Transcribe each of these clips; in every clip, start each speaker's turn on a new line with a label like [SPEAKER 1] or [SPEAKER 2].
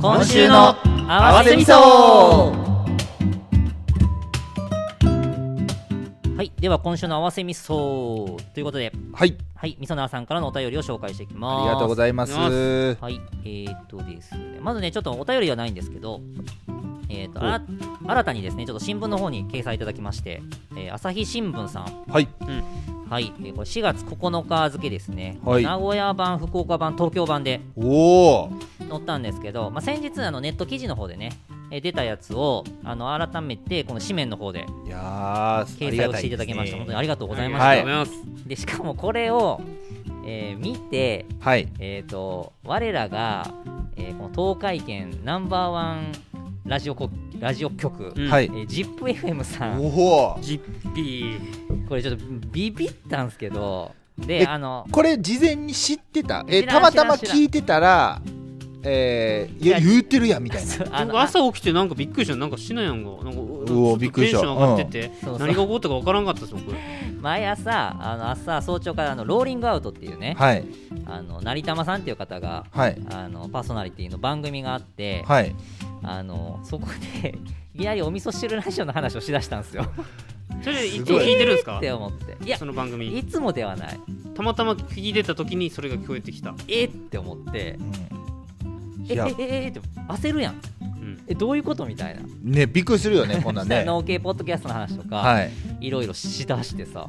[SPEAKER 1] 今週の合わせ味噌はいでは今週の合わせ味噌ということで
[SPEAKER 2] はい
[SPEAKER 1] はい味噌なーさんからのお便りを紹介していき
[SPEAKER 2] あ
[SPEAKER 1] ます
[SPEAKER 2] りがとうございます
[SPEAKER 3] あー
[SPEAKER 1] はいえー、っとですねまずねちょっとお便りはないんですけどえー、っとあら新たにですねちょっと新聞の方に掲載いただきまして、えー朝日新聞さん
[SPEAKER 2] はい
[SPEAKER 1] はい、えーこれ4月9日付ですね、
[SPEAKER 2] はい
[SPEAKER 1] 名古屋版、福岡版、東京版で
[SPEAKER 2] おお
[SPEAKER 1] 載ったんですけど、まあ、先日あのネット記事の方でね、えー出たやつをあの改めてこの紙面の方で
[SPEAKER 2] いやー
[SPEAKER 1] 掲載をしていただきました、本当にありがとうございました、
[SPEAKER 2] はい
[SPEAKER 3] ありがとうございま
[SPEAKER 1] でしかもこれを、えー見て、
[SPEAKER 2] はい
[SPEAKER 1] えー、と我らが、えーこの東海圏ナンバーワンラジオこラジオ局、
[SPEAKER 3] す。
[SPEAKER 2] は
[SPEAKER 1] え
[SPEAKER 2] い
[SPEAKER 1] ー、ZIPFM さん、
[SPEAKER 2] おお
[SPEAKER 3] ジッピー。
[SPEAKER 1] これちょっとビビったんですけど、
[SPEAKER 2] え
[SPEAKER 1] であの
[SPEAKER 2] これ事前に知ってたえ
[SPEAKER 1] 知
[SPEAKER 2] た
[SPEAKER 1] らん
[SPEAKER 2] またま
[SPEAKER 1] 知らん
[SPEAKER 2] 聞いてたらえー、いや
[SPEAKER 1] いや
[SPEAKER 2] 言ってるやんみたいな
[SPEAKER 1] そうあの
[SPEAKER 3] 僕朝起きてなんかびっくりした。なんかしないやんが。なんか
[SPEAKER 2] おーびっくりした
[SPEAKER 3] テンション上がってて
[SPEAKER 1] そうそう、
[SPEAKER 3] 何が起こったかわからんかったです僕。
[SPEAKER 1] 毎朝あの朝早朝からあのローリングアウトっていうね、
[SPEAKER 2] はい
[SPEAKER 1] あの成玉さんっていう方が
[SPEAKER 2] はい
[SPEAKER 1] あのパーソナリティの番組があって、
[SPEAKER 2] はい
[SPEAKER 1] あのそこで いきなりお味噌汁ラジオの話をしだしたんですよ
[SPEAKER 3] それでい
[SPEAKER 2] す
[SPEAKER 3] つも
[SPEAKER 2] ごい
[SPEAKER 3] 聞いてるんですか
[SPEAKER 1] って？思っていや
[SPEAKER 3] その番組。
[SPEAKER 1] いつもではない
[SPEAKER 3] たまたま聞いてた時にそれが聞こえてきた。
[SPEAKER 1] えって思って
[SPEAKER 2] うんい
[SPEAKER 1] ええ
[SPEAKER 2] や
[SPEAKER 1] ええって焦るやん
[SPEAKER 3] うん。
[SPEAKER 1] えどういうことみたいな
[SPEAKER 2] ねびっくりするよねこんなんね
[SPEAKER 1] 農系ポッドキャストの話とか、
[SPEAKER 2] はい
[SPEAKER 1] い、ろいろしだしてさ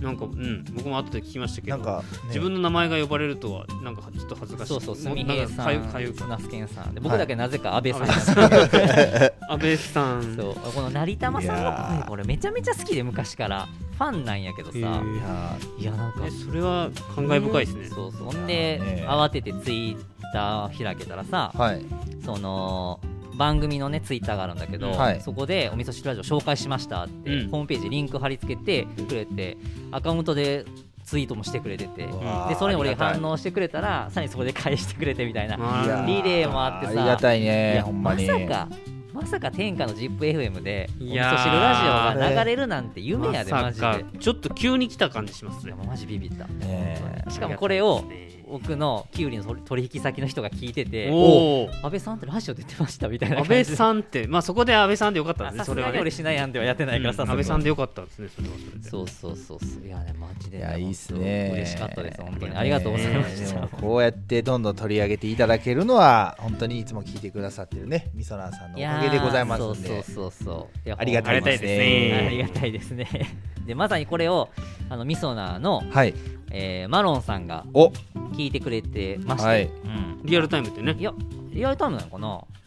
[SPEAKER 3] なんかうん。僕も後で聞きましたけ
[SPEAKER 2] な
[SPEAKER 3] ど。
[SPEAKER 2] んか、ね
[SPEAKER 3] 自分の名前が呼ばれるとはなんかちょっと恥ずかしい。
[SPEAKER 1] そうそうすみ
[SPEAKER 3] も
[SPEAKER 1] へい
[SPEAKER 3] なんか
[SPEAKER 1] さ
[SPEAKER 3] かゆかゆ
[SPEAKER 1] ん
[SPEAKER 3] く
[SPEAKER 1] 那須健さんで僕だけなぜか安倍さん、
[SPEAKER 3] 安倍さ ん。
[SPEAKER 1] そうこの成玉さん
[SPEAKER 2] いや
[SPEAKER 1] の
[SPEAKER 2] ー
[SPEAKER 1] 声俺めちゃめちゃ好きで昔からファンなんやけどさ、
[SPEAKER 3] へー
[SPEAKER 2] いやー
[SPEAKER 1] いやなんか
[SPEAKER 3] えそれは感慨深いですね。
[SPEAKER 1] そうそうほんで、
[SPEAKER 2] ね
[SPEAKER 1] 慌ててツイッター開けたらさ
[SPEAKER 2] はい
[SPEAKER 1] その番組のねツイッターがあるんだけど、
[SPEAKER 2] はい
[SPEAKER 1] そこで「お味噌汁ラジオ紹介しました」って、
[SPEAKER 3] うん
[SPEAKER 1] ホームページリンク貼り付けてくれてアカウントでツイートもしてくれてて
[SPEAKER 2] うわー
[SPEAKER 1] でそれに俺
[SPEAKER 2] ありがたい
[SPEAKER 1] 反応してくれたらさらにそこで返してくれてみたいな、
[SPEAKER 3] まあ
[SPEAKER 2] いやー
[SPEAKER 1] リレーもあってさ
[SPEAKER 2] ありがたい
[SPEAKER 1] い
[SPEAKER 2] ね
[SPEAKER 1] や
[SPEAKER 2] ほんまに
[SPEAKER 1] まさかまさか天下の ZIPFM で「お味噌
[SPEAKER 3] い
[SPEAKER 1] 汁
[SPEAKER 3] やー
[SPEAKER 1] ラジオ」が流れるなんて夢やで、
[SPEAKER 3] ま
[SPEAKER 1] マ
[SPEAKER 3] さ
[SPEAKER 1] ジ
[SPEAKER 3] か
[SPEAKER 1] で。
[SPEAKER 3] ちょっと急に来た感じします
[SPEAKER 1] い
[SPEAKER 3] ね
[SPEAKER 1] や。マジビビった、
[SPEAKER 2] ねえ
[SPEAKER 1] しかもこれを
[SPEAKER 3] ありがたいですね
[SPEAKER 1] 僕のキュウリの取取引先の人が聞いてて
[SPEAKER 3] おお。
[SPEAKER 1] 安倍さんってラジオ出てましたみたいな
[SPEAKER 3] 安
[SPEAKER 1] 感
[SPEAKER 3] 倍
[SPEAKER 1] じ
[SPEAKER 3] さんって、まあそこで安倍さんでよかった
[SPEAKER 1] あ
[SPEAKER 3] ですね、
[SPEAKER 1] さ
[SPEAKER 3] そ
[SPEAKER 1] す
[SPEAKER 3] れ
[SPEAKER 1] が
[SPEAKER 3] は
[SPEAKER 1] に
[SPEAKER 3] ね。
[SPEAKER 1] 俺しないやんではやってないからさ、
[SPEAKER 3] うん
[SPEAKER 1] そこ
[SPEAKER 3] 安倍さんでよかったですね、それはそれで。
[SPEAKER 1] そうそうそうそういやねマジでね
[SPEAKER 2] いやいいっすね
[SPEAKER 1] 本当嬉しかったです本当にありがとうございまし
[SPEAKER 2] ね
[SPEAKER 1] た
[SPEAKER 2] でもこうやってどんどん取り上げていただけるのは本当にいつも聞いてくださってるねみそなーさんのお
[SPEAKER 1] や
[SPEAKER 2] か
[SPEAKER 1] ー
[SPEAKER 2] げでございますんで
[SPEAKER 1] そうそうそうそういや
[SPEAKER 2] ありが
[SPEAKER 3] あ
[SPEAKER 2] た
[SPEAKER 3] り
[SPEAKER 2] い
[SPEAKER 3] がた
[SPEAKER 2] で
[SPEAKER 3] い
[SPEAKER 2] す
[SPEAKER 3] です
[SPEAKER 1] ほんまにあり
[SPEAKER 3] ね。
[SPEAKER 1] がたいですねでまさにこれをあのミソナーの、
[SPEAKER 2] はい
[SPEAKER 1] えーマロンさんが
[SPEAKER 2] お
[SPEAKER 1] 聞いてくれてまして、
[SPEAKER 2] はい
[SPEAKER 1] うん、
[SPEAKER 3] リアルタイムってね
[SPEAKER 1] い、やリアルタイムなのかな、
[SPEAKER 3] お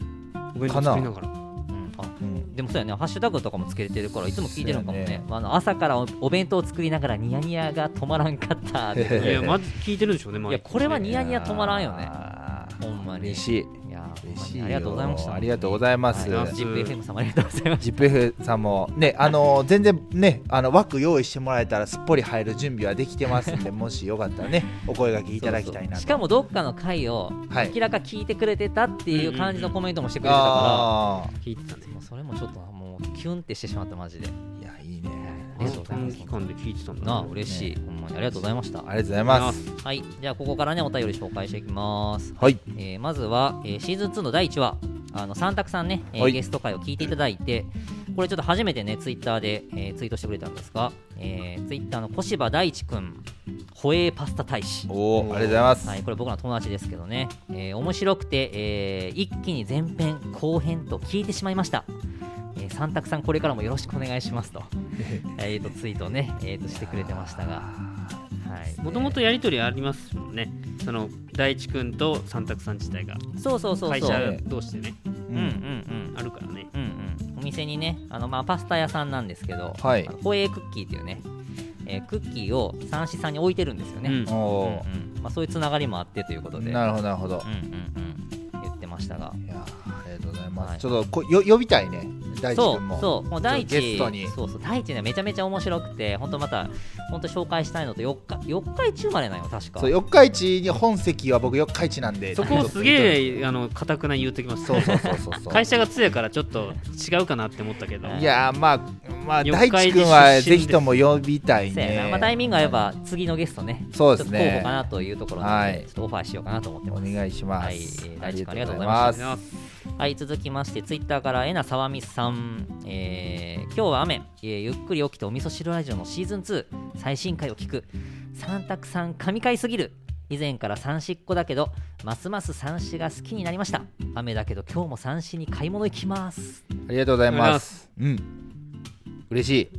[SPEAKER 3] 弁当作りながら。
[SPEAKER 1] うん、あ
[SPEAKER 2] うん
[SPEAKER 1] でもそうやね、ハッシュタグとかもつけてるから、いつも聞いてるのかもね。
[SPEAKER 2] そうやね
[SPEAKER 1] まああの朝からおお弁当を作りながらニヤニヤが止まらんかったって。
[SPEAKER 2] へ
[SPEAKER 3] いや、まず聞いてるんでしょうね、まあ。
[SPEAKER 1] いや、これはニ
[SPEAKER 2] い
[SPEAKER 1] ヤニヤ止まらんよね。
[SPEAKER 2] やー
[SPEAKER 1] ほんまに
[SPEAKER 2] 嬉しい
[SPEAKER 1] いや、ほん
[SPEAKER 2] 嬉
[SPEAKER 1] ま
[SPEAKER 2] しい
[SPEAKER 1] に
[SPEAKER 2] よ
[SPEAKER 1] ありがとうございました。
[SPEAKER 2] ありがとうございます
[SPEAKER 1] はジップ FM さんもありがとうございまし
[SPEAKER 2] ジップ F さんもねあの全然ねあの枠用意してもらえたらすっぽり入る準備はできてま すんでもしよかったらねお声掛け
[SPEAKER 1] た。
[SPEAKER 2] いただきたいな
[SPEAKER 1] そうそう
[SPEAKER 2] と
[SPEAKER 1] しかもどっかの回を
[SPEAKER 2] はい
[SPEAKER 1] 明らか聞いてくれてたっていう感じのコメントもしてくれてたか
[SPEAKER 2] あ
[SPEAKER 1] ら聞いてたねもうそれもちょっともうキュンってしてしまったマジで
[SPEAKER 2] あいやいいね
[SPEAKER 1] ありがとうございます
[SPEAKER 3] 短期間で聞いてたんだ
[SPEAKER 1] なあ嬉しい、ほんまにありがとうございました
[SPEAKER 2] ありがとうございます
[SPEAKER 1] はいじゃあここからねお便り紹介していきます
[SPEAKER 2] はい
[SPEAKER 1] えーまずは、えーシーズン2の第1話あの三択さんね、えー
[SPEAKER 2] はい
[SPEAKER 1] ゲスト会を聞いていただいてこれちょっと初めてねツイッターで、えーツイートしてくれたんですが、えーツイッターの小芝大地くんホエーパスタ大使
[SPEAKER 2] おおありがとうございます
[SPEAKER 1] はい、これ僕の友達ですけどね、えー面白くて、えー一気に前編後編と聞いてしまいました、えー、三択さんこれからもよろしくお願いし ますとえーとツイートをね、えーとしてくれてましたが、はい、
[SPEAKER 3] もともとやりとりありますもんね。その、大地君と三択さん自体が、
[SPEAKER 1] そうそうそう
[SPEAKER 3] 会
[SPEAKER 1] そう、
[SPEAKER 3] 社同士でね、
[SPEAKER 1] うんうんうん
[SPEAKER 3] あるからね。
[SPEAKER 1] うんうん、お店にねあの、まあ、パスタ屋さんなんですけど、
[SPEAKER 2] はい
[SPEAKER 1] あのホエークッキーっていうね、えークッキーを三枝さんに置いてるんですよね、
[SPEAKER 3] う
[SPEAKER 1] う
[SPEAKER 2] お
[SPEAKER 3] ん
[SPEAKER 1] ん
[SPEAKER 2] お
[SPEAKER 1] うんまあ、そういうつながりもあってということで
[SPEAKER 2] なるほどなるほど
[SPEAKER 1] うんうんうん、言ってましたが
[SPEAKER 2] いやーありがとうございます、
[SPEAKER 1] はい
[SPEAKER 2] ちょっとこよ呼びたいね大地
[SPEAKER 1] そ
[SPEAKER 2] 君も
[SPEAKER 1] うそうもう大地
[SPEAKER 2] ゲストに
[SPEAKER 1] そうそう大地ねめちゃめちゃ面白くて本当また本当紹介したいのと四日四日市生まれなんよ確か
[SPEAKER 2] そう四日市に本籍は僕四日市なんで
[SPEAKER 3] そこをすげえあの固くな言うときます、
[SPEAKER 2] そうそうそうそうそう
[SPEAKER 3] 会社が強いからちょっと違うかなって思ったけど
[SPEAKER 2] いやーまあまあ
[SPEAKER 3] 四
[SPEAKER 2] 大地
[SPEAKER 3] 日市
[SPEAKER 2] 君は
[SPEAKER 3] 出身で
[SPEAKER 2] ぜひとも呼びたい
[SPEAKER 1] そうや
[SPEAKER 2] ね
[SPEAKER 1] な、まあ、タイミング合えば次のゲストね
[SPEAKER 2] そうですね
[SPEAKER 1] ちょっと候補かなというところなので、
[SPEAKER 2] はい
[SPEAKER 1] ちょっとオファーしようかなと思って
[SPEAKER 2] お
[SPEAKER 1] ます
[SPEAKER 2] 願いします、
[SPEAKER 1] はいえー大地君ありがとうござい
[SPEAKER 3] あ
[SPEAKER 1] ま
[SPEAKER 3] りがとうございます
[SPEAKER 1] はい、続きまして、ツイッターから、えなさわみさん、えー今日は雨、えーゆっくり起きてお味噌汁ラジオのシーズン2、最新回を聞く、三択さん、神回すぎる、以前から三子っ子だけど、ますます三子が好きになりました、雨だけど、今日も三子に買い物行きます。
[SPEAKER 2] ありがとうござい
[SPEAKER 3] ありがとうござい
[SPEAKER 2] ま。
[SPEAKER 3] ます
[SPEAKER 2] うん。嬉しい。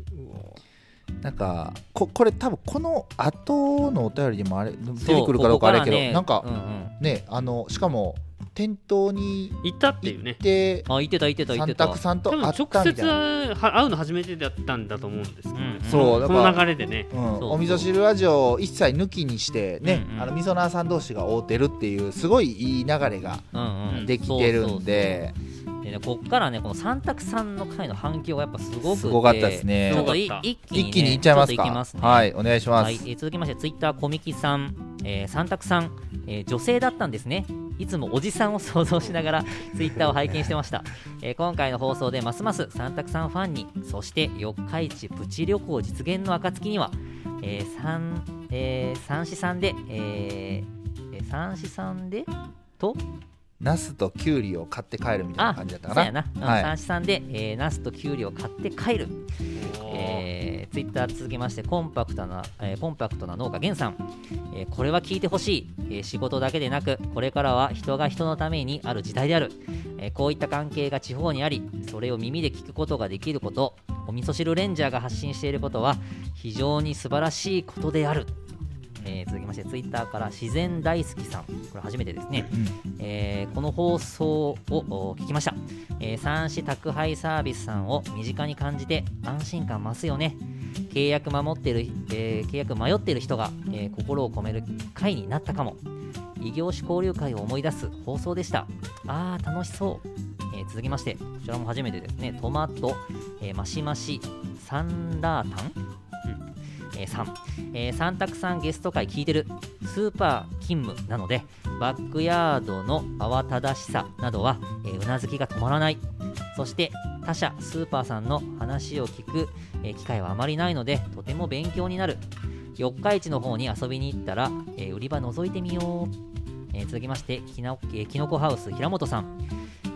[SPEAKER 2] なんかここれ多分この後のお便りでもあれ出てくるかどうかあれやけど、
[SPEAKER 1] そうここらね
[SPEAKER 2] なんか、
[SPEAKER 1] うんうん
[SPEAKER 2] ねあのしかも店頭に
[SPEAKER 3] 行ったってい
[SPEAKER 2] 行
[SPEAKER 3] う
[SPEAKER 2] っ
[SPEAKER 3] ね
[SPEAKER 2] て
[SPEAKER 1] あ、言ってた、言ってた、言っ
[SPEAKER 2] 三
[SPEAKER 1] てた
[SPEAKER 2] 択。さんと
[SPEAKER 3] 多分
[SPEAKER 2] 会
[SPEAKER 3] 直
[SPEAKER 2] ったみた
[SPEAKER 3] 接
[SPEAKER 2] いな。
[SPEAKER 3] は会うの初めてだったんだと思うんですけどね、
[SPEAKER 1] うん
[SPEAKER 2] そうだ
[SPEAKER 3] こ
[SPEAKER 2] から
[SPEAKER 3] の流れでね
[SPEAKER 2] う
[SPEAKER 1] そ
[SPEAKER 2] ん、
[SPEAKER 1] う
[SPEAKER 2] お味噌汁ラジオを一切抜きにしてね、
[SPEAKER 1] うんうん
[SPEAKER 2] あの味噌なーさん同士が会うてるっていうすごいいい流れが
[SPEAKER 1] うんうん
[SPEAKER 2] できてるん
[SPEAKER 1] そうそう
[SPEAKER 2] で、
[SPEAKER 1] そうでね、こっからね、この三択さんの回の反響がやっぱすごくて
[SPEAKER 2] すごかったですね
[SPEAKER 1] ちょっとい
[SPEAKER 3] すごかった
[SPEAKER 1] 一気にね、
[SPEAKER 2] 一気にいっちゃいま
[SPEAKER 1] ち
[SPEAKER 2] す
[SPEAKER 1] ょっと
[SPEAKER 2] か
[SPEAKER 1] いきますね。
[SPEAKER 2] はいお願いします、
[SPEAKER 1] はい、えー続きましてツイッターコミキさん、えー、三択さん、えー女性だったんですねいつもおじさんを想像しな がらツイッターを拝見してました、えー今回の放送でますます三択さんファンにそして四日市プチ旅行実現の暁には、えー三えー三四三で、えーえー三四三でと
[SPEAKER 2] ナスとキュウリを買って帰るみたいな
[SPEAKER 1] あ
[SPEAKER 2] 感じだった
[SPEAKER 1] そう
[SPEAKER 2] か
[SPEAKER 1] やな、うん
[SPEAKER 2] はい
[SPEAKER 1] 三四三で、えー、ナスとキュウリを買って帰るえー、ツイッター続きましてコンパクトな、えーコンパクトな農家源さん、えーこれは聞いてほしい、えー仕事だけでなくこれからは人が人のためにある時代である、えーこういった関係が地方にありそれを耳で聞くことができることお味噌汁レンジャーが発信していることは非常に素晴らしいことである、えー続きましてツイッターから自然大好きさんこれ初めてですね、えーこの放送をお聞きました、えー、三種宅配サービスさんを身近に感じて安心感増すよね契約守ってる、えー契約迷ってる人が、えー心を込める会になったかも異業種交流会を思い出す放送でしたあー楽しそう、えー続きましてこちらも初めてですねトマト、えーマシマシサンラータン、えー、さんえー、三択さんゲスト会聞いてるスーパー勤務なのでバックヤードの慌ただしさなどは、えーうなずきが止まらないそして他社スーパーさんの話を聞く、えー機会はあまりないのでとても勉強になる四日市の方に遊びに行ったら、えー売り場覗いてみよう、えー続きましてきな、えーきのこハウス平本さん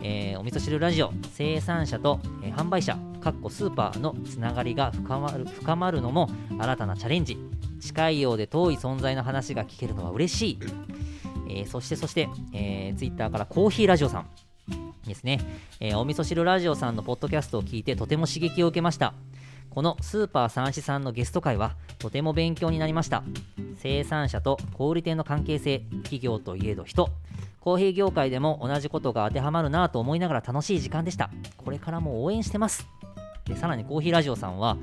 [SPEAKER 1] えーお味噌汁ラジオ生産者と、えー販売者かっこスーパーのつながりが深まる深まるのも新たなチャレンジ近いようで遠い存在の話が聞けるのは嬉しい、えーそしてそして、えツイッター Twitter からコーヒーラジオさんですね、えーお味噌汁ラジオさんのポッドキャストを聞いてとても刺激を受けましたこのスーパー三四さんのゲスト会はとても勉強になりました生産者と小売店の関係性企業といえど人コーヒー業界でも同じことが当てはまるなぁと思いながら楽しい時間でしたこれからも応援してますでさらにコーヒーラジオさんは、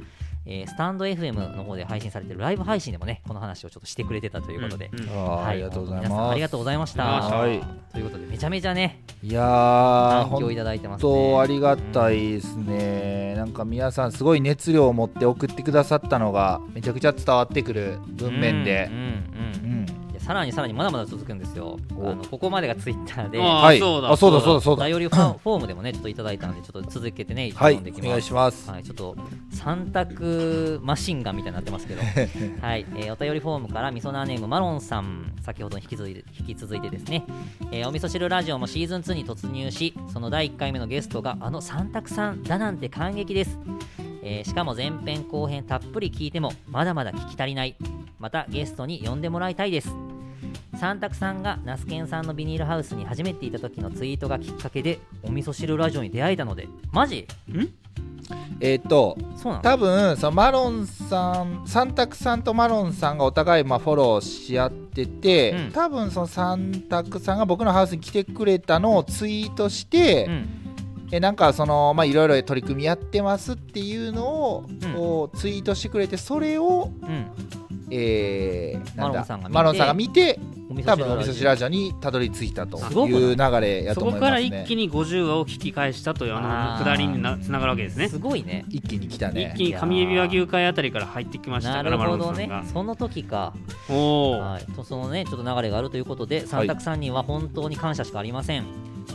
[SPEAKER 1] えースタンド FM の方で配信されてるライブ配信でもねこの話をちょっとしてくれてたということで、
[SPEAKER 3] うんうん
[SPEAKER 2] あーありがとうござい
[SPEAKER 1] 本当に皆さん
[SPEAKER 2] ます
[SPEAKER 1] ありがとうございました
[SPEAKER 3] あ
[SPEAKER 2] りがとうございま
[SPEAKER 1] ということでめちゃめちゃね
[SPEAKER 2] いやー
[SPEAKER 1] 反響いただいてますね
[SPEAKER 2] 本当ありがたいですね、なんか皆さんすごい熱量を持って送ってくださったのがめちゃくちゃ伝わってくる文面で
[SPEAKER 1] うん、うん
[SPEAKER 2] う
[SPEAKER 1] うん
[SPEAKER 2] ん
[SPEAKER 1] いやさらにさらにまだまだ続くんですよ
[SPEAKER 2] お
[SPEAKER 1] あのここまでがツイッターで
[SPEAKER 3] あー
[SPEAKER 2] はい
[SPEAKER 3] そうだ
[SPEAKER 2] あそうだそうだそうだ
[SPEAKER 1] お便りフォフォームでもねちょっといただいたのでちょっと続けてね一応
[SPEAKER 2] はい
[SPEAKER 1] 読んでい
[SPEAKER 2] お
[SPEAKER 1] き
[SPEAKER 2] 願
[SPEAKER 1] ま
[SPEAKER 2] い
[SPEAKER 1] す
[SPEAKER 2] します
[SPEAKER 1] はい、ちょっと三択マシンガンみたいになってますけど、はいえーお便りフォームからみそなーネームマロンさん先ほどに引き続いて引き続いてですね、えーお味噌汁ラジオもシーズン2に突入しその第1回目のゲストがあの三択さんだなんて感激です、えーしかも前編後編たっぷり聞いてもまだまだ聞き足りないまたゲストに呼んでもらいたいです三択さんがナスケンさんのビニールハウスに初めていた時のツイートがきっかけでお味噌汁ラジオに出会えたのでマジ
[SPEAKER 2] えっ、と
[SPEAKER 1] そうなの
[SPEAKER 2] 多分そのマロンさん三択さんとマロンさんがお互いまあフォローし合ってて、
[SPEAKER 1] うん
[SPEAKER 2] 多分その三択さんが僕のハウスに来てくれたのをツイートして、
[SPEAKER 1] うん
[SPEAKER 2] えなんかそのまあいろいろ取り組みやってますっていうのを、
[SPEAKER 1] うん
[SPEAKER 2] こうツイートしてくれてそれを、
[SPEAKER 1] うん
[SPEAKER 2] えーなんだ
[SPEAKER 1] マロンさんが見て
[SPEAKER 2] マロンさんが見て
[SPEAKER 1] お味噌
[SPEAKER 2] 多
[SPEAKER 1] 汁
[SPEAKER 2] 分お味噌汁ラジオにたどり着いたと
[SPEAKER 1] すごく
[SPEAKER 2] いう流れや
[SPEAKER 3] そ
[SPEAKER 2] と思
[SPEAKER 3] こ
[SPEAKER 2] い
[SPEAKER 3] か
[SPEAKER 2] ま
[SPEAKER 3] ら
[SPEAKER 2] す
[SPEAKER 3] 一
[SPEAKER 2] ね
[SPEAKER 3] 気に50話を引き返したというあ
[SPEAKER 1] あ
[SPEAKER 3] の
[SPEAKER 1] ー
[SPEAKER 3] 下りになつながるわけですね
[SPEAKER 1] すごいね
[SPEAKER 2] 一気に来たね
[SPEAKER 3] 一気に上エビ和牛会あたりから入ってきました
[SPEAKER 1] な
[SPEAKER 3] か
[SPEAKER 1] る
[SPEAKER 3] ら
[SPEAKER 1] ほ
[SPEAKER 3] 丸
[SPEAKER 1] ど
[SPEAKER 3] 尾さん
[SPEAKER 1] ね
[SPEAKER 3] が
[SPEAKER 1] その時か
[SPEAKER 3] おお
[SPEAKER 1] はい、とそのねちょっと流れがあるということで三択三人は本当に感謝しかありません、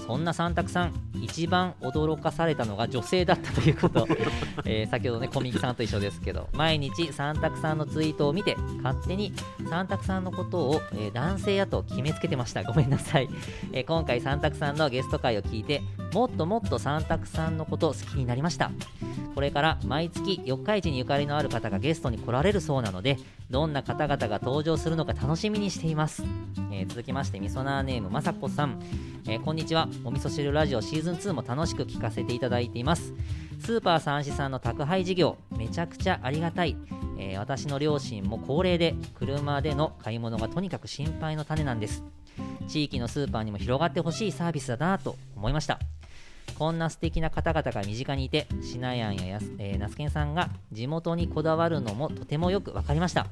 [SPEAKER 1] そんな三択さん一番驚かされたのが女性だったということ えー先ほどね小麦さんと一緒ですけど毎日三択さんのツイートを見て勝手に三択さんのことを、えー男性やと決めつけてましたごめんなさい、えー今回三択さんのゲスト会を聞いてもっともっと三択さんのことを好きになりましたこれから毎月四日市にゆかりのある方がゲストに来られるそうなのでどんな方々が登場するのか楽しみにしています、えー続きましてみそなーネームまさこさん、えーこんにちはお味噌汁ラジオシーズン2も楽しく聞かせていただいていますスーパー三四さんの宅配事業めちゃくちゃありがたい、えー私の両親も高齢で車での買い物がとにかく心配の種なんです地域のスーパーにも広がってほしいサービスだなと思いましたこんな素敵な方々が身近にいてしなやんややす、えー、那須研さんが地元にこだわるのもとてもよく分かりました、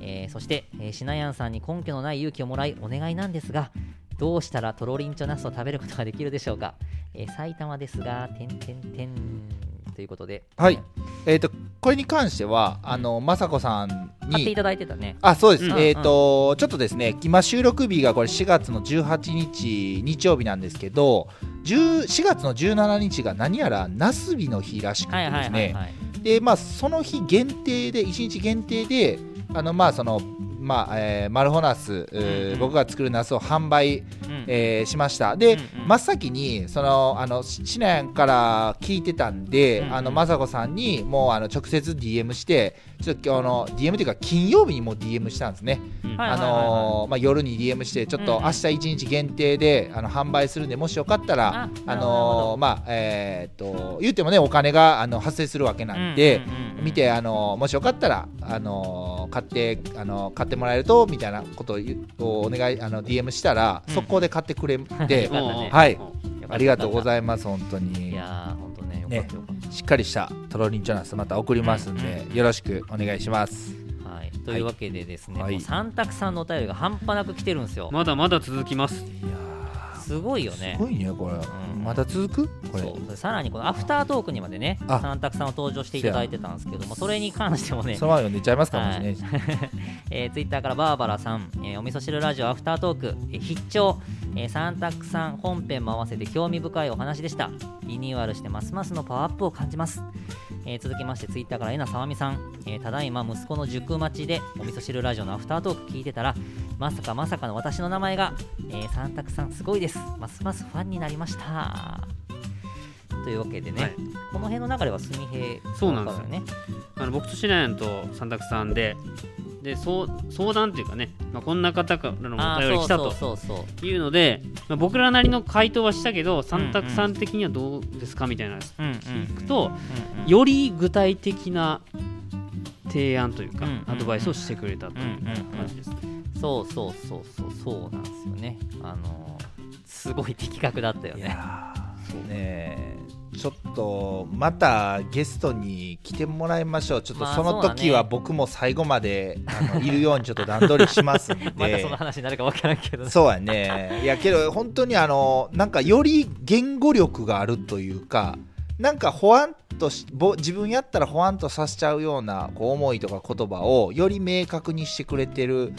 [SPEAKER 1] えーそして、えー、しなやんさんに根拠のない勇気をもらいお願いなんですがどうしたらとろりんちょナスを食べることができるでしょうか、えー埼玉ですがてんてんてんということで、
[SPEAKER 2] はい
[SPEAKER 1] えー
[SPEAKER 2] えっ、とこれに関してはあの雅子さん
[SPEAKER 1] 買ってい
[SPEAKER 2] に
[SPEAKER 1] ただいてたね
[SPEAKER 2] あそうです、
[SPEAKER 3] うん
[SPEAKER 2] えっ、とちょっとですね今収録日がこれ4月の18日日曜日なんですけど10 4月の17日が何やらなすびの日らしくて
[SPEAKER 1] はいは
[SPEAKER 2] です
[SPEAKER 1] いはい
[SPEAKER 2] ね
[SPEAKER 1] はい
[SPEAKER 2] でまあその日限定で1日限定であのまあそのまあえーマルホナス、えー
[SPEAKER 3] うんうん
[SPEAKER 2] 僕が作るナスを販売、
[SPEAKER 1] うん
[SPEAKER 2] えーしましたで、
[SPEAKER 1] うんうん
[SPEAKER 2] 真っ先にそのあのしシナヤンから聞いてたんで、
[SPEAKER 1] うんうん
[SPEAKER 2] あの雅子さんにもうあの直接 DM してちょっと今日の DM というか金曜日にもう DM したんですね、
[SPEAKER 1] はい
[SPEAKER 2] あのーまあ、夜に DM してちょっ
[SPEAKER 1] う
[SPEAKER 2] と
[SPEAKER 1] んうん
[SPEAKER 2] 明日一日限定であの販売するんでもしよかったら
[SPEAKER 1] あ
[SPEAKER 2] あ
[SPEAKER 1] なるほど
[SPEAKER 2] のーまあえーっと言ってもねお金があの発生するわけなんで。
[SPEAKER 1] うんうんうんうん
[SPEAKER 2] 見て、あのーもしよかったら、あのー買って、あのー買ってもらえるとみたいなことを言うお願いあの DM したら、
[SPEAKER 1] うん
[SPEAKER 2] 速攻で買って くれて、
[SPEAKER 1] よかったね
[SPEAKER 2] はい
[SPEAKER 1] よかった
[SPEAKER 2] ありがとうご
[SPEAKER 1] よ
[SPEAKER 2] ざいます本
[SPEAKER 1] か
[SPEAKER 2] 当
[SPEAKER 1] ったい
[SPEAKER 2] に
[SPEAKER 1] やー本当ねよかったよかった、
[SPEAKER 2] しっかりしたトロリンチョナスまた送りますんで、よろしくお願いします
[SPEAKER 1] はい、というわけでですね、
[SPEAKER 2] はい
[SPEAKER 1] もう三択さんのお便りが半端なく来てるんですよ、
[SPEAKER 3] まだまだ続きます
[SPEAKER 2] いやー
[SPEAKER 1] すごいよね
[SPEAKER 2] すごいねこれ、
[SPEAKER 1] ん
[SPEAKER 2] また続くこれ
[SPEAKER 1] そうさらにこのアフタートークにまでね
[SPEAKER 2] あ
[SPEAKER 1] 三択さんを登場していただいてたんですけどもそれに関してもね
[SPEAKER 2] そのまま読んでいっちゃいますかもしれないし、
[SPEAKER 1] えー、ツイッターからバーバラさん、えーお味噌汁ラジオアフタートーク、えー必聴、えー、サンタックさん本編も合わせて興味深いお話でしたリニューアルしてますますのパワーアップを感じます、えー続きましてツイッターからえなさわみさん、えーただいま息子の塾待ちでお味噌汁ラジオのアフタートーク聞いてたらまさかまさかの私の名前が、えー、サンタックさんすごいですますますファンになりましたというわけでね、
[SPEAKER 3] はい
[SPEAKER 1] この辺の流れはすみへ
[SPEAKER 3] そうなんですよ
[SPEAKER 1] よね
[SPEAKER 3] あの僕とシナヤンと三択さんででそう相談というかね、まあ、こんな方からの
[SPEAKER 1] あ
[SPEAKER 3] お
[SPEAKER 1] あ
[SPEAKER 3] 便り
[SPEAKER 1] ー
[SPEAKER 3] 来た
[SPEAKER 1] そ
[SPEAKER 3] と
[SPEAKER 1] うそうそうそう
[SPEAKER 3] いうので、まあ、僕らなりの回答はしたけど三択さん的にはどうですかみたいなのを
[SPEAKER 1] うんうん
[SPEAKER 3] 聞くと
[SPEAKER 1] うんうん
[SPEAKER 3] より具体的な提案というか、
[SPEAKER 1] うんうんうん
[SPEAKER 3] アドバイスをしてくれたという感じです、
[SPEAKER 1] そうそうそうそうそうなんですよねあのーすごい的確だったよ
[SPEAKER 2] い
[SPEAKER 1] ね
[SPEAKER 2] やーねえちょっとまたゲストに来てもらいましょうちょっと
[SPEAKER 1] まあ
[SPEAKER 2] その
[SPEAKER 1] そうだね
[SPEAKER 2] 時は僕も最後まで、あのいるようにちょっと段取りしますん で
[SPEAKER 1] まだその話になるか分からんけどね
[SPEAKER 2] そうやねいやけど本当にあのなんかより言語力があるというかなんかほわんとしぼ自分やったらほわんとさせちゃうようなこう思いとか言葉をより明確にしてくれてる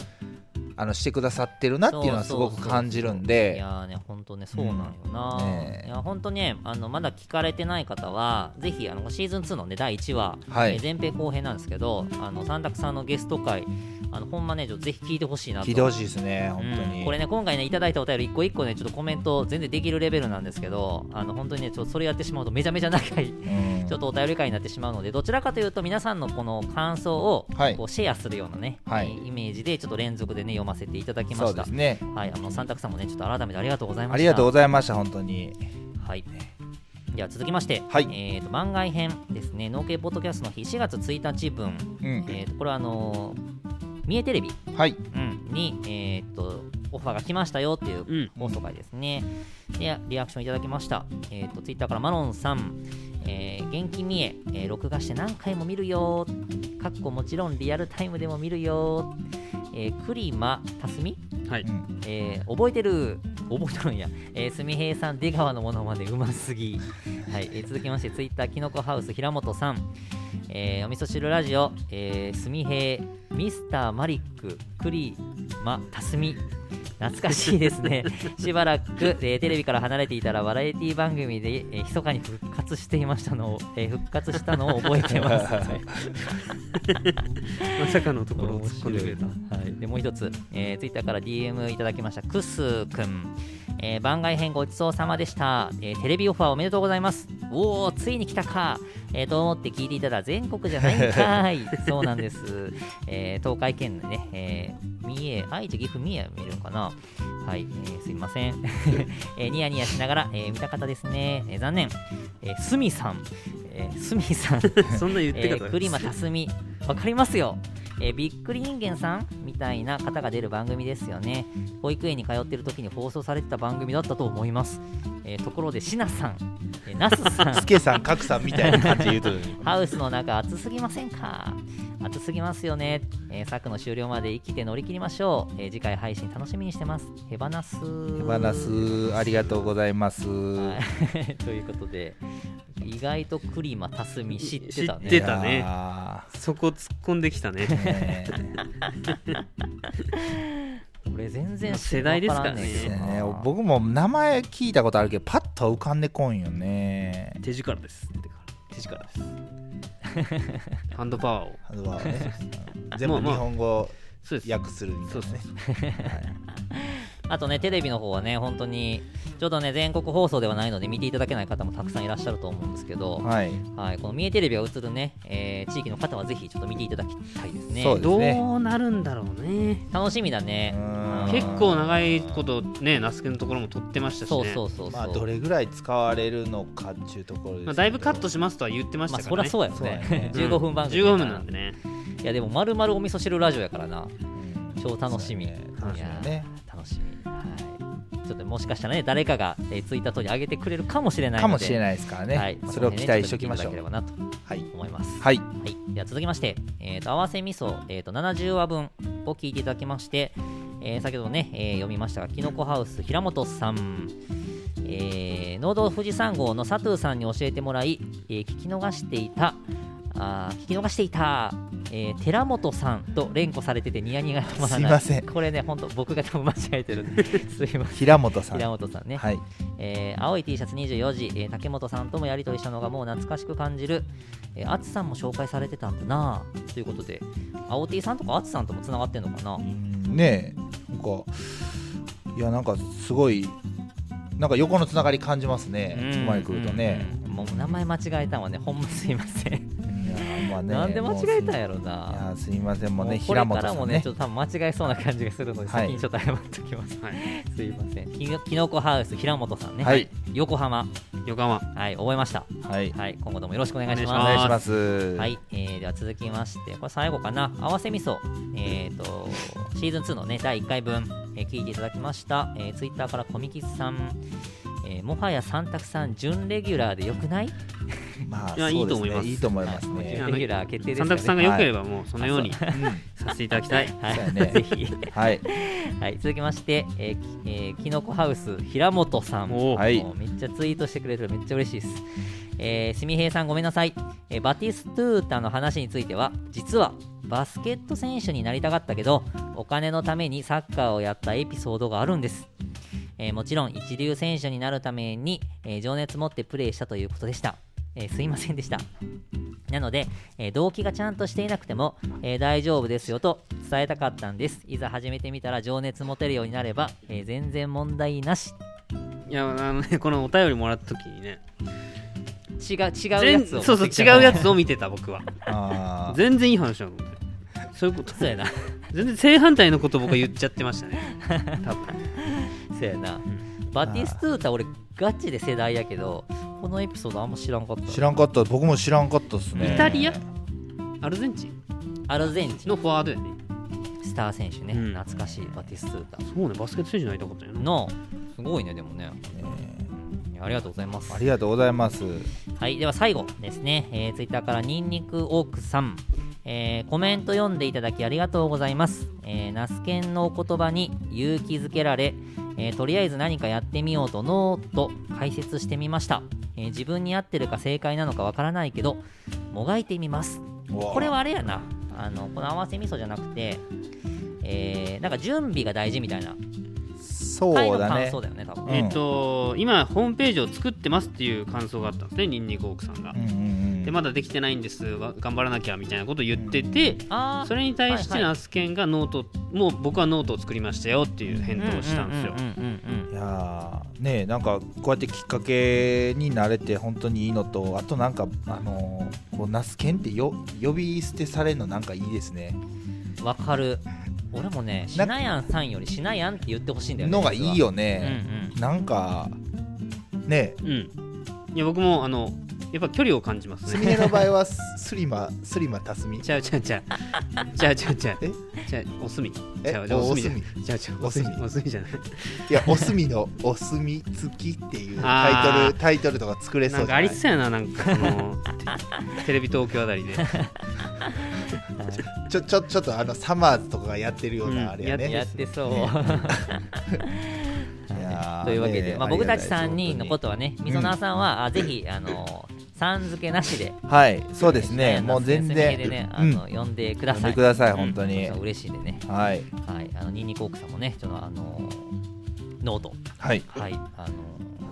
[SPEAKER 2] あのしてくださってるなっていうのはすごく感じるん
[SPEAKER 1] い
[SPEAKER 2] で
[SPEAKER 1] やーね本当ねそうなんよな、
[SPEAKER 2] うんねえ
[SPEAKER 1] いや本当ねあのまだ聞かれてない方はぜひあのシーズン2のね第1話、
[SPEAKER 2] はい
[SPEAKER 1] えー前編後編なんですけどあの三択さんのゲスト会あのほんまねちょっとぜひ聞いてほしいなと
[SPEAKER 2] 聞いてほしいですね本当に、
[SPEAKER 1] うんこれね今回ねいただいたお便り一個一個ねちょっとコメント全然できるレベルなんですけどあの本当にねちょっとそれやってしまうとめちゃめちゃ仲いい
[SPEAKER 2] うん
[SPEAKER 1] ちょっとお便り会になってしまうのでどちらかというと皆さんのこの感想を
[SPEAKER 2] はい
[SPEAKER 1] こうシェアするようなね、
[SPEAKER 2] はい
[SPEAKER 1] えーイメージでちょっと連続でね読ませていただきま
[SPEAKER 2] そ
[SPEAKER 1] し
[SPEAKER 2] うで
[SPEAKER 1] た
[SPEAKER 2] す。ね
[SPEAKER 1] はい、あの三択さんもねちょっと改めてありがとうございました。
[SPEAKER 2] ありがとうございました本当に
[SPEAKER 1] はい。では続きまして、
[SPEAKER 2] はい
[SPEAKER 1] えーと番外編ですね。農系ポッドキャストの日4月1日分、
[SPEAKER 2] うん
[SPEAKER 1] えーとこれはあのー三重テレビ、
[SPEAKER 2] はい
[SPEAKER 1] にえーとオファーが来ましたよっていう
[SPEAKER 3] うん
[SPEAKER 1] 放送回ですね。で、リアクションいただきました。えっ、と、ツイッターからマロンさん、えー元気見ええー録画して何回も見るよー。かっこもちろんリアルタイムでも見るよー。えー、栗間辰巳、
[SPEAKER 3] はい
[SPEAKER 2] うん
[SPEAKER 1] えー覚えてる覚えとるんや、えー、すみへいさん出川のものまでうますぎ、はいえー続きましてツイッターきのこハウス平本さん、えーお味噌汁ラジオ、えー、すみへいミスターマリッククリマタスミ懐かしいですねしばらく、えーテレビから離れていたらバラエティ番組で、えー密かに復活していましたのを、えー復活したのを覚えてます、
[SPEAKER 3] まさかのところを
[SPEAKER 1] 面
[SPEAKER 3] 突っ込
[SPEAKER 1] 白
[SPEAKER 3] ん
[SPEAKER 1] い
[SPEAKER 3] でくれた。
[SPEAKER 1] はい、でもう一つ、えー、ツイッターから DM いただきましたクスくん、えー番外編ごちそうさまでした、えーテレビオファーおめでとうございますおおついに来たか、えーと思って聞いていたら全国じゃないんか いそうなんです、えー東海圏のね、えー三重愛知岐阜三重見るのかなはい、えーすいません、 えーニヤニヤしながら、えー見た方ですね、えー残念、えー、すみさん、えー、すみさん
[SPEAKER 3] そんな言って
[SPEAKER 1] え
[SPEAKER 3] か
[SPEAKER 1] ー、
[SPEAKER 3] ら。
[SPEAKER 1] クリマタスミわかりますよ、えーびっくり人間さんみたいな方が出る番組ですよね保育園に通ってる時に放送されてた番組だったと思います、えーところでシナさん、えー、ナスさん
[SPEAKER 2] スケさん、カクさんみたいな感じで言うとる
[SPEAKER 1] ハウスの中暑すぎませんか暑すぎますよね、えー、作の終了まで生きて乗り切りましょう、えー次回配信楽しみにしてますへばなすへ
[SPEAKER 2] 手放す、ありがとうございます。
[SPEAKER 1] はい、 ということで意外とクリマタスミ知ってたね
[SPEAKER 3] 知ってたね
[SPEAKER 2] いや
[SPEAKER 3] そこ突っ込んできたね。
[SPEAKER 2] ーね
[SPEAKER 1] 俺全然
[SPEAKER 3] 世代ですから
[SPEAKER 1] わんん
[SPEAKER 3] ね
[SPEAKER 1] け
[SPEAKER 2] え
[SPEAKER 1] どな
[SPEAKER 2] ねえ僕も名前聞いたことあるけど、パッとは浮かんでこんよね。
[SPEAKER 3] 手力です。手 力です。ハンドパワーを。
[SPEAKER 2] あのはね全部
[SPEAKER 3] まあ
[SPEAKER 2] 日
[SPEAKER 3] まあ
[SPEAKER 2] 本語
[SPEAKER 3] そうです。
[SPEAKER 2] 訳するみたいなね。
[SPEAKER 1] あとね、テレビの方はね、本当に、ちょうどね、全国放送ではないので、見ていただけない方もたくさんいらっしゃると思うんですけど、は
[SPEAKER 2] はい。
[SPEAKER 1] い、この三重テレビが映るね、えー地域の方はぜひ、ちょっと見ていただきたいですね。
[SPEAKER 2] そうです
[SPEAKER 3] ど
[SPEAKER 2] ね
[SPEAKER 3] うなるんだろうね。
[SPEAKER 1] 楽しみだね
[SPEAKER 2] う。ーん
[SPEAKER 3] 結構長いことね、那須君のところも撮ってましたしね。
[SPEAKER 1] そうそうそうそう。
[SPEAKER 2] まあどれぐらい使われるのかっていうところですけど
[SPEAKER 3] まあ、だいぶカットしますとは言ってまし
[SPEAKER 1] まあ
[SPEAKER 3] たか
[SPEAKER 1] そ
[SPEAKER 3] ら
[SPEAKER 1] りゃ
[SPEAKER 3] ね。
[SPEAKER 1] そうやろ
[SPEAKER 2] そうや
[SPEAKER 1] ね
[SPEAKER 2] ね。
[SPEAKER 3] うん
[SPEAKER 1] 15分番組。
[SPEAKER 3] 15分なんで。ね。
[SPEAKER 1] いや、でも、まるまるお味噌汁ラジオやからな。
[SPEAKER 2] うん
[SPEAKER 1] 超楽しみ。
[SPEAKER 2] そうね楽しみだ
[SPEAKER 1] いや
[SPEAKER 2] ね。
[SPEAKER 1] ー楽しみ。はい。ちょっともしかしたらね、誰かが、えー、ツイッター等に上げてくれるかもしれないので。
[SPEAKER 2] かもしれ
[SPEAKER 1] い。
[SPEAKER 2] ないですから
[SPEAKER 1] は
[SPEAKER 2] ね
[SPEAKER 1] い。。
[SPEAKER 2] それを期待しておきましょ
[SPEAKER 1] その
[SPEAKER 2] う。
[SPEAKER 1] 辺ねちょっと見ていただければな
[SPEAKER 2] はい
[SPEAKER 1] と。思います。
[SPEAKER 2] はい。
[SPEAKER 1] はい、では続きまして、えー、と合わせ味噌、えー、と70話分を聞いていただきまして、えー先ほどね、えー読みましたがきのこハウス平本さん、えー、農道富士山号の佐藤さんに教えてもらい、えー聞き逃していたあー聞き逃していた、えー寺本さんと連呼されててニヤニヤが止まらない
[SPEAKER 2] すいません
[SPEAKER 1] これね本当僕が多分間違えてる んですいません
[SPEAKER 2] 平本さん。
[SPEAKER 1] 平本さんね、
[SPEAKER 2] はい。
[SPEAKER 1] えー青い T シャツ24時、えー竹本さんともやり取りしたのがもう懐かしく感じる、えー、あつさんも紹介されてたんだなあということで青 T さんとかあつさんともつながってんのかな
[SPEAKER 2] ねえ、なんか、いや、なんかすごい、なんか横のつながり感じますね。うまいくるとね。
[SPEAKER 1] うんもう名前間違えたんはねほんますいません、
[SPEAKER 2] いやーまあね
[SPEAKER 1] なんで間違えたんやろ
[SPEAKER 2] もうい
[SPEAKER 1] な
[SPEAKER 2] やーすみません、もうね、
[SPEAKER 1] これ
[SPEAKER 2] 平
[SPEAKER 1] か
[SPEAKER 2] 本
[SPEAKER 1] ら
[SPEAKER 2] さ
[SPEAKER 1] も
[SPEAKER 2] ん
[SPEAKER 1] ね
[SPEAKER 2] ね
[SPEAKER 1] ちょ。っと多分間違えそうな感じがするので、
[SPEAKER 2] はい
[SPEAKER 1] 先にちょっと謝っておきます
[SPEAKER 3] はい。
[SPEAKER 1] すいませんきのきのこハウス平本さんね、
[SPEAKER 2] はい。
[SPEAKER 1] 横浜
[SPEAKER 3] 横浜。
[SPEAKER 1] はい覚えました
[SPEAKER 2] はい。
[SPEAKER 1] はい今後ともよろしくお願いし
[SPEAKER 3] お
[SPEAKER 1] ます
[SPEAKER 2] お願いします。
[SPEAKER 1] はい、えーでは続きまして、これ最後かな、合わせ味噌、えー、とシーズン2の、ね、第1回分、えー聞いていただきました、えー、ツイッターからコミキスさん、えーもはや三択さん、準レギュラーでよくない
[SPEAKER 2] まあ、
[SPEAKER 3] いや
[SPEAKER 2] そう
[SPEAKER 3] いいと
[SPEAKER 2] です
[SPEAKER 3] 思い
[SPEAKER 2] ね
[SPEAKER 3] ます
[SPEAKER 2] いいと思います
[SPEAKER 1] は
[SPEAKER 2] ね
[SPEAKER 1] 準。レギュラー決定ですよ
[SPEAKER 3] 三
[SPEAKER 1] ね。
[SPEAKER 3] 択さんが良ければもうそのように
[SPEAKER 1] は
[SPEAKER 3] させていただきたい。
[SPEAKER 1] はい、
[SPEAKER 2] そうやね
[SPEAKER 1] ぜひ、
[SPEAKER 2] うんはい。
[SPEAKER 1] はい、続きまして、えーきえーきのこハウス、平本さん。
[SPEAKER 3] おお。
[SPEAKER 2] はい
[SPEAKER 1] もうめっちゃツイートしてくれてるめっちゃ嬉しいです。えー、すみへいさんごめんなさい、えーバティストゥータの話については実はバスケット選手になりたかったけどお金のためにサッカーをやったエピソードがあるんです、えーもちろん一流選手になるために、えー情熱持ってプレーしたということでした、えーすいませんでしたなので、えー動機がちゃんとしていなくても、えー大丈夫ですよと伝えたかったんですいざ始めてみたら情熱持てるようになれば、えー全然問題なし
[SPEAKER 3] いや、あのね、このお便りもらった時にね、
[SPEAKER 1] 違う違うや
[SPEAKER 3] 全
[SPEAKER 1] つを
[SPEAKER 3] そうそ
[SPEAKER 1] 持
[SPEAKER 3] う、
[SPEAKER 1] ってきた
[SPEAKER 3] 違うやつを見てた僕は。
[SPEAKER 2] あー
[SPEAKER 3] 全然いい話だと思って。そういうこと
[SPEAKER 1] そうやな
[SPEAKER 3] 全然正反対のこと僕は言っちゃってまし たね。多分。
[SPEAKER 1] そうやな、バティストゥータ俺ガチで世代やけどこのエピソードあんま知らんかった
[SPEAKER 2] 知らんかった僕も知らんかったですね
[SPEAKER 3] イタリアアルゼンチン
[SPEAKER 1] アルゼンチン
[SPEAKER 3] のフォワードやね。
[SPEAKER 1] スター選手ね、
[SPEAKER 3] うん
[SPEAKER 1] 懐かしいバティストゥータ
[SPEAKER 3] そうね、バスケット選手になりたかったんやな。
[SPEAKER 1] のすごいねでもね、
[SPEAKER 2] え
[SPEAKER 1] うんありがとうございます
[SPEAKER 2] ーありがとうございます
[SPEAKER 1] はいでは最後ですね、えー、ツイッターからニンニクオークさんえーコメント読んでいただきありがとうございます。えー、ナスケンのお言葉に勇気づけられ、えーとりあえず何かやってみようとノーと解説してみました。えー自分に合ってるか正解なのかわからないけど、もがいてみます。これはあれやな。あの、この合わせ味噌じゃなくて、えーなんか準備が大事みたいな。
[SPEAKER 2] そう
[SPEAKER 1] 回の
[SPEAKER 2] だ
[SPEAKER 1] 感
[SPEAKER 2] ね
[SPEAKER 1] 想だよね、多分。
[SPEAKER 2] うん
[SPEAKER 3] えっと今ホームページを作ってますっていう感想があったんですねニンニク奥さんが
[SPEAKER 2] うん。うんうん
[SPEAKER 3] でまだできてないんですわ頑張らなきゃみたいなことを言ってて
[SPEAKER 1] あー
[SPEAKER 3] それに対して
[SPEAKER 1] はいはい
[SPEAKER 3] ナスケンがノートもう僕はノートを作りましたよっていう返答をしたんですよ
[SPEAKER 1] う。んうんうんうんうん
[SPEAKER 2] いやーねえなんかこうやってきっかけになれて本当にいいのとあとなんかあのーこうナスケンってよ呼び捨てされるのなんかいいですね
[SPEAKER 1] わかる俺もねし
[SPEAKER 2] な
[SPEAKER 1] なやんさんよりしなやんって言ってほしいんだよね
[SPEAKER 2] のがいいよね、
[SPEAKER 1] 実
[SPEAKER 2] なんかねえ
[SPEAKER 3] うん、いや僕もあのやっぱ距離を感じます
[SPEAKER 2] スミ
[SPEAKER 3] ね。
[SPEAKER 2] ネの場合はスリ マスリマタスミ
[SPEAKER 3] ちゃうちゃうちゃう。ちゃうちゃう ちゃう。
[SPEAKER 2] え
[SPEAKER 3] ちゃうお墨。
[SPEAKER 2] え
[SPEAKER 3] ちゃうちゃう
[SPEAKER 2] お
[SPEAKER 3] お墨じゃない
[SPEAKER 2] お。
[SPEAKER 3] ちゃうちゃう
[SPEAKER 2] お
[SPEAKER 3] お
[SPEAKER 2] 墨
[SPEAKER 3] 墨。お墨じゃない。
[SPEAKER 2] いやお墨の「お墨付き」っていうタイト
[SPEAKER 3] あ
[SPEAKER 2] ルタイトルとか作れそ
[SPEAKER 3] な
[SPEAKER 2] うんじ
[SPEAKER 3] か
[SPEAKER 2] ゃ
[SPEAKER 3] あ
[SPEAKER 2] ない
[SPEAKER 3] りそうやななんかその テレビ東京あたりで。
[SPEAKER 2] ちょちょちょっとあのサマーズとかがやってるよう
[SPEAKER 3] うん
[SPEAKER 2] なあれやね、
[SPEAKER 3] い
[SPEAKER 1] やってそう
[SPEAKER 2] いやー
[SPEAKER 1] というわけ
[SPEAKER 2] ね
[SPEAKER 1] で、
[SPEAKER 2] え
[SPEAKER 1] まあ、
[SPEAKER 2] り
[SPEAKER 1] 僕
[SPEAKER 2] が
[SPEAKER 1] た
[SPEAKER 2] い
[SPEAKER 1] ち3人のことはね
[SPEAKER 2] ん
[SPEAKER 1] みそなーさんは、あぜひあのさん付けなしで
[SPEAKER 2] 本当にはいそうですね
[SPEAKER 1] しなや
[SPEAKER 2] も
[SPEAKER 1] ん
[SPEAKER 2] う
[SPEAKER 1] の先
[SPEAKER 2] 全
[SPEAKER 1] 生
[SPEAKER 2] 然
[SPEAKER 1] でねあ
[SPEAKER 2] うん、
[SPEAKER 1] の、呼んでくだ
[SPEAKER 2] 呼ん
[SPEAKER 1] さ
[SPEAKER 2] で
[SPEAKER 1] い
[SPEAKER 2] ください
[SPEAKER 3] うん
[SPEAKER 2] 本当に、
[SPEAKER 1] そう嬉しいんでね
[SPEAKER 2] はい
[SPEAKER 1] はいあのニンニク奥さんもねちょっとあのノート
[SPEAKER 2] はい
[SPEAKER 1] はいあの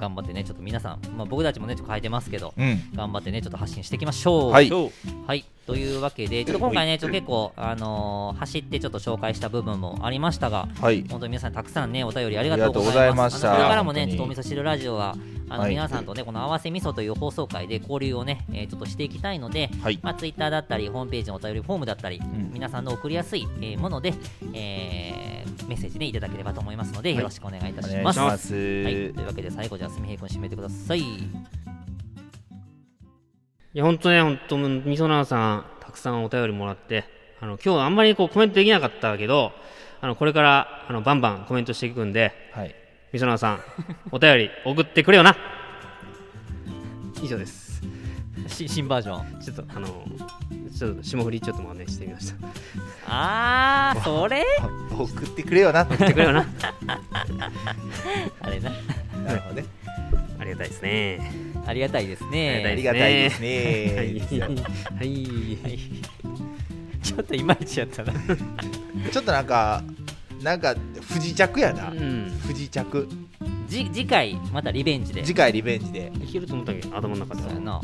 [SPEAKER 1] 頑張ってねちょっと皆さん、まあ、僕たちもねちょっと変えてますけど
[SPEAKER 2] うん
[SPEAKER 1] 頑張ってねちょっと発信していきましょう
[SPEAKER 2] はい
[SPEAKER 3] そう
[SPEAKER 1] はい、というわけで、ちょっと今回ね、ちょっと結構、あのー走ってちょっと紹介した部分もありましたが、
[SPEAKER 2] はい
[SPEAKER 1] 本当に皆さん、たくさんね、お便りありがとうございます。
[SPEAKER 2] ありがとうございました
[SPEAKER 1] あのこれからもね、
[SPEAKER 2] 本
[SPEAKER 1] ち
[SPEAKER 2] 当
[SPEAKER 1] ょ
[SPEAKER 2] に
[SPEAKER 1] っとお味噌汁ラジオは、あの
[SPEAKER 2] はい
[SPEAKER 1] 皆さんとね、この合わせ味噌という放送会で交流をね、えーちょっとしていきたいので、
[SPEAKER 2] はい
[SPEAKER 1] まあ、ツイッターだったり、ホームページのお便りフォームだったり、
[SPEAKER 2] ん
[SPEAKER 1] 皆さんの送りやすい、えーもので、えーメッセージね、いただければと思いますので、よろしくお願いいた
[SPEAKER 2] お
[SPEAKER 1] し
[SPEAKER 2] 願
[SPEAKER 1] ま
[SPEAKER 2] い
[SPEAKER 1] す。
[SPEAKER 2] し
[SPEAKER 1] は
[SPEAKER 2] ま
[SPEAKER 1] い、
[SPEAKER 2] す、
[SPEAKER 1] というわけで、最後、じゃあ、すみへい君、締めてください。
[SPEAKER 3] いや本当ね本当みそなーさんたくさんお便りもらってあの今日あんまりこうコメントできなかったけどあのこれからあのバンバンコメントしていくんで
[SPEAKER 2] はい
[SPEAKER 3] みそなー さんお便り送ってくれよな以上です
[SPEAKER 1] 新新バージョン。
[SPEAKER 3] ちょっとあのちょっと霜降りちょっと真似してみました
[SPEAKER 1] あー、それ
[SPEAKER 2] あ送ってくれよな な
[SPEAKER 3] 送ってくれ よな
[SPEAKER 1] あれな。
[SPEAKER 2] るほどね
[SPEAKER 3] ありがたいですね
[SPEAKER 1] ありがたいです
[SPEAKER 2] あ
[SPEAKER 1] ね。
[SPEAKER 2] りがたいです
[SPEAKER 3] は
[SPEAKER 2] ね
[SPEAKER 3] い
[SPEAKER 2] ですよ
[SPEAKER 3] はい
[SPEAKER 1] ちょっといまいちや ったな。
[SPEAKER 2] ちょっとなんかなんか不時着やな、
[SPEAKER 3] うん
[SPEAKER 2] 不時着
[SPEAKER 1] じ次回またリベンジで。
[SPEAKER 2] 次回リベンジで
[SPEAKER 3] いけると思ったけど頭の中で
[SPEAKER 1] そうや
[SPEAKER 3] は
[SPEAKER 1] な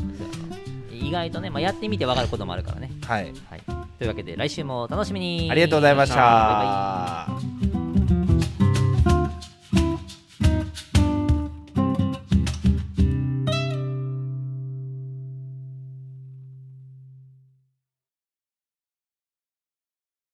[SPEAKER 1] 意外とね、まあ、やってみてわかることもあるからね。
[SPEAKER 2] はい
[SPEAKER 1] はい。というわけで来週もお楽しみに。
[SPEAKER 2] ありがとうございました。
[SPEAKER 1] バイバイ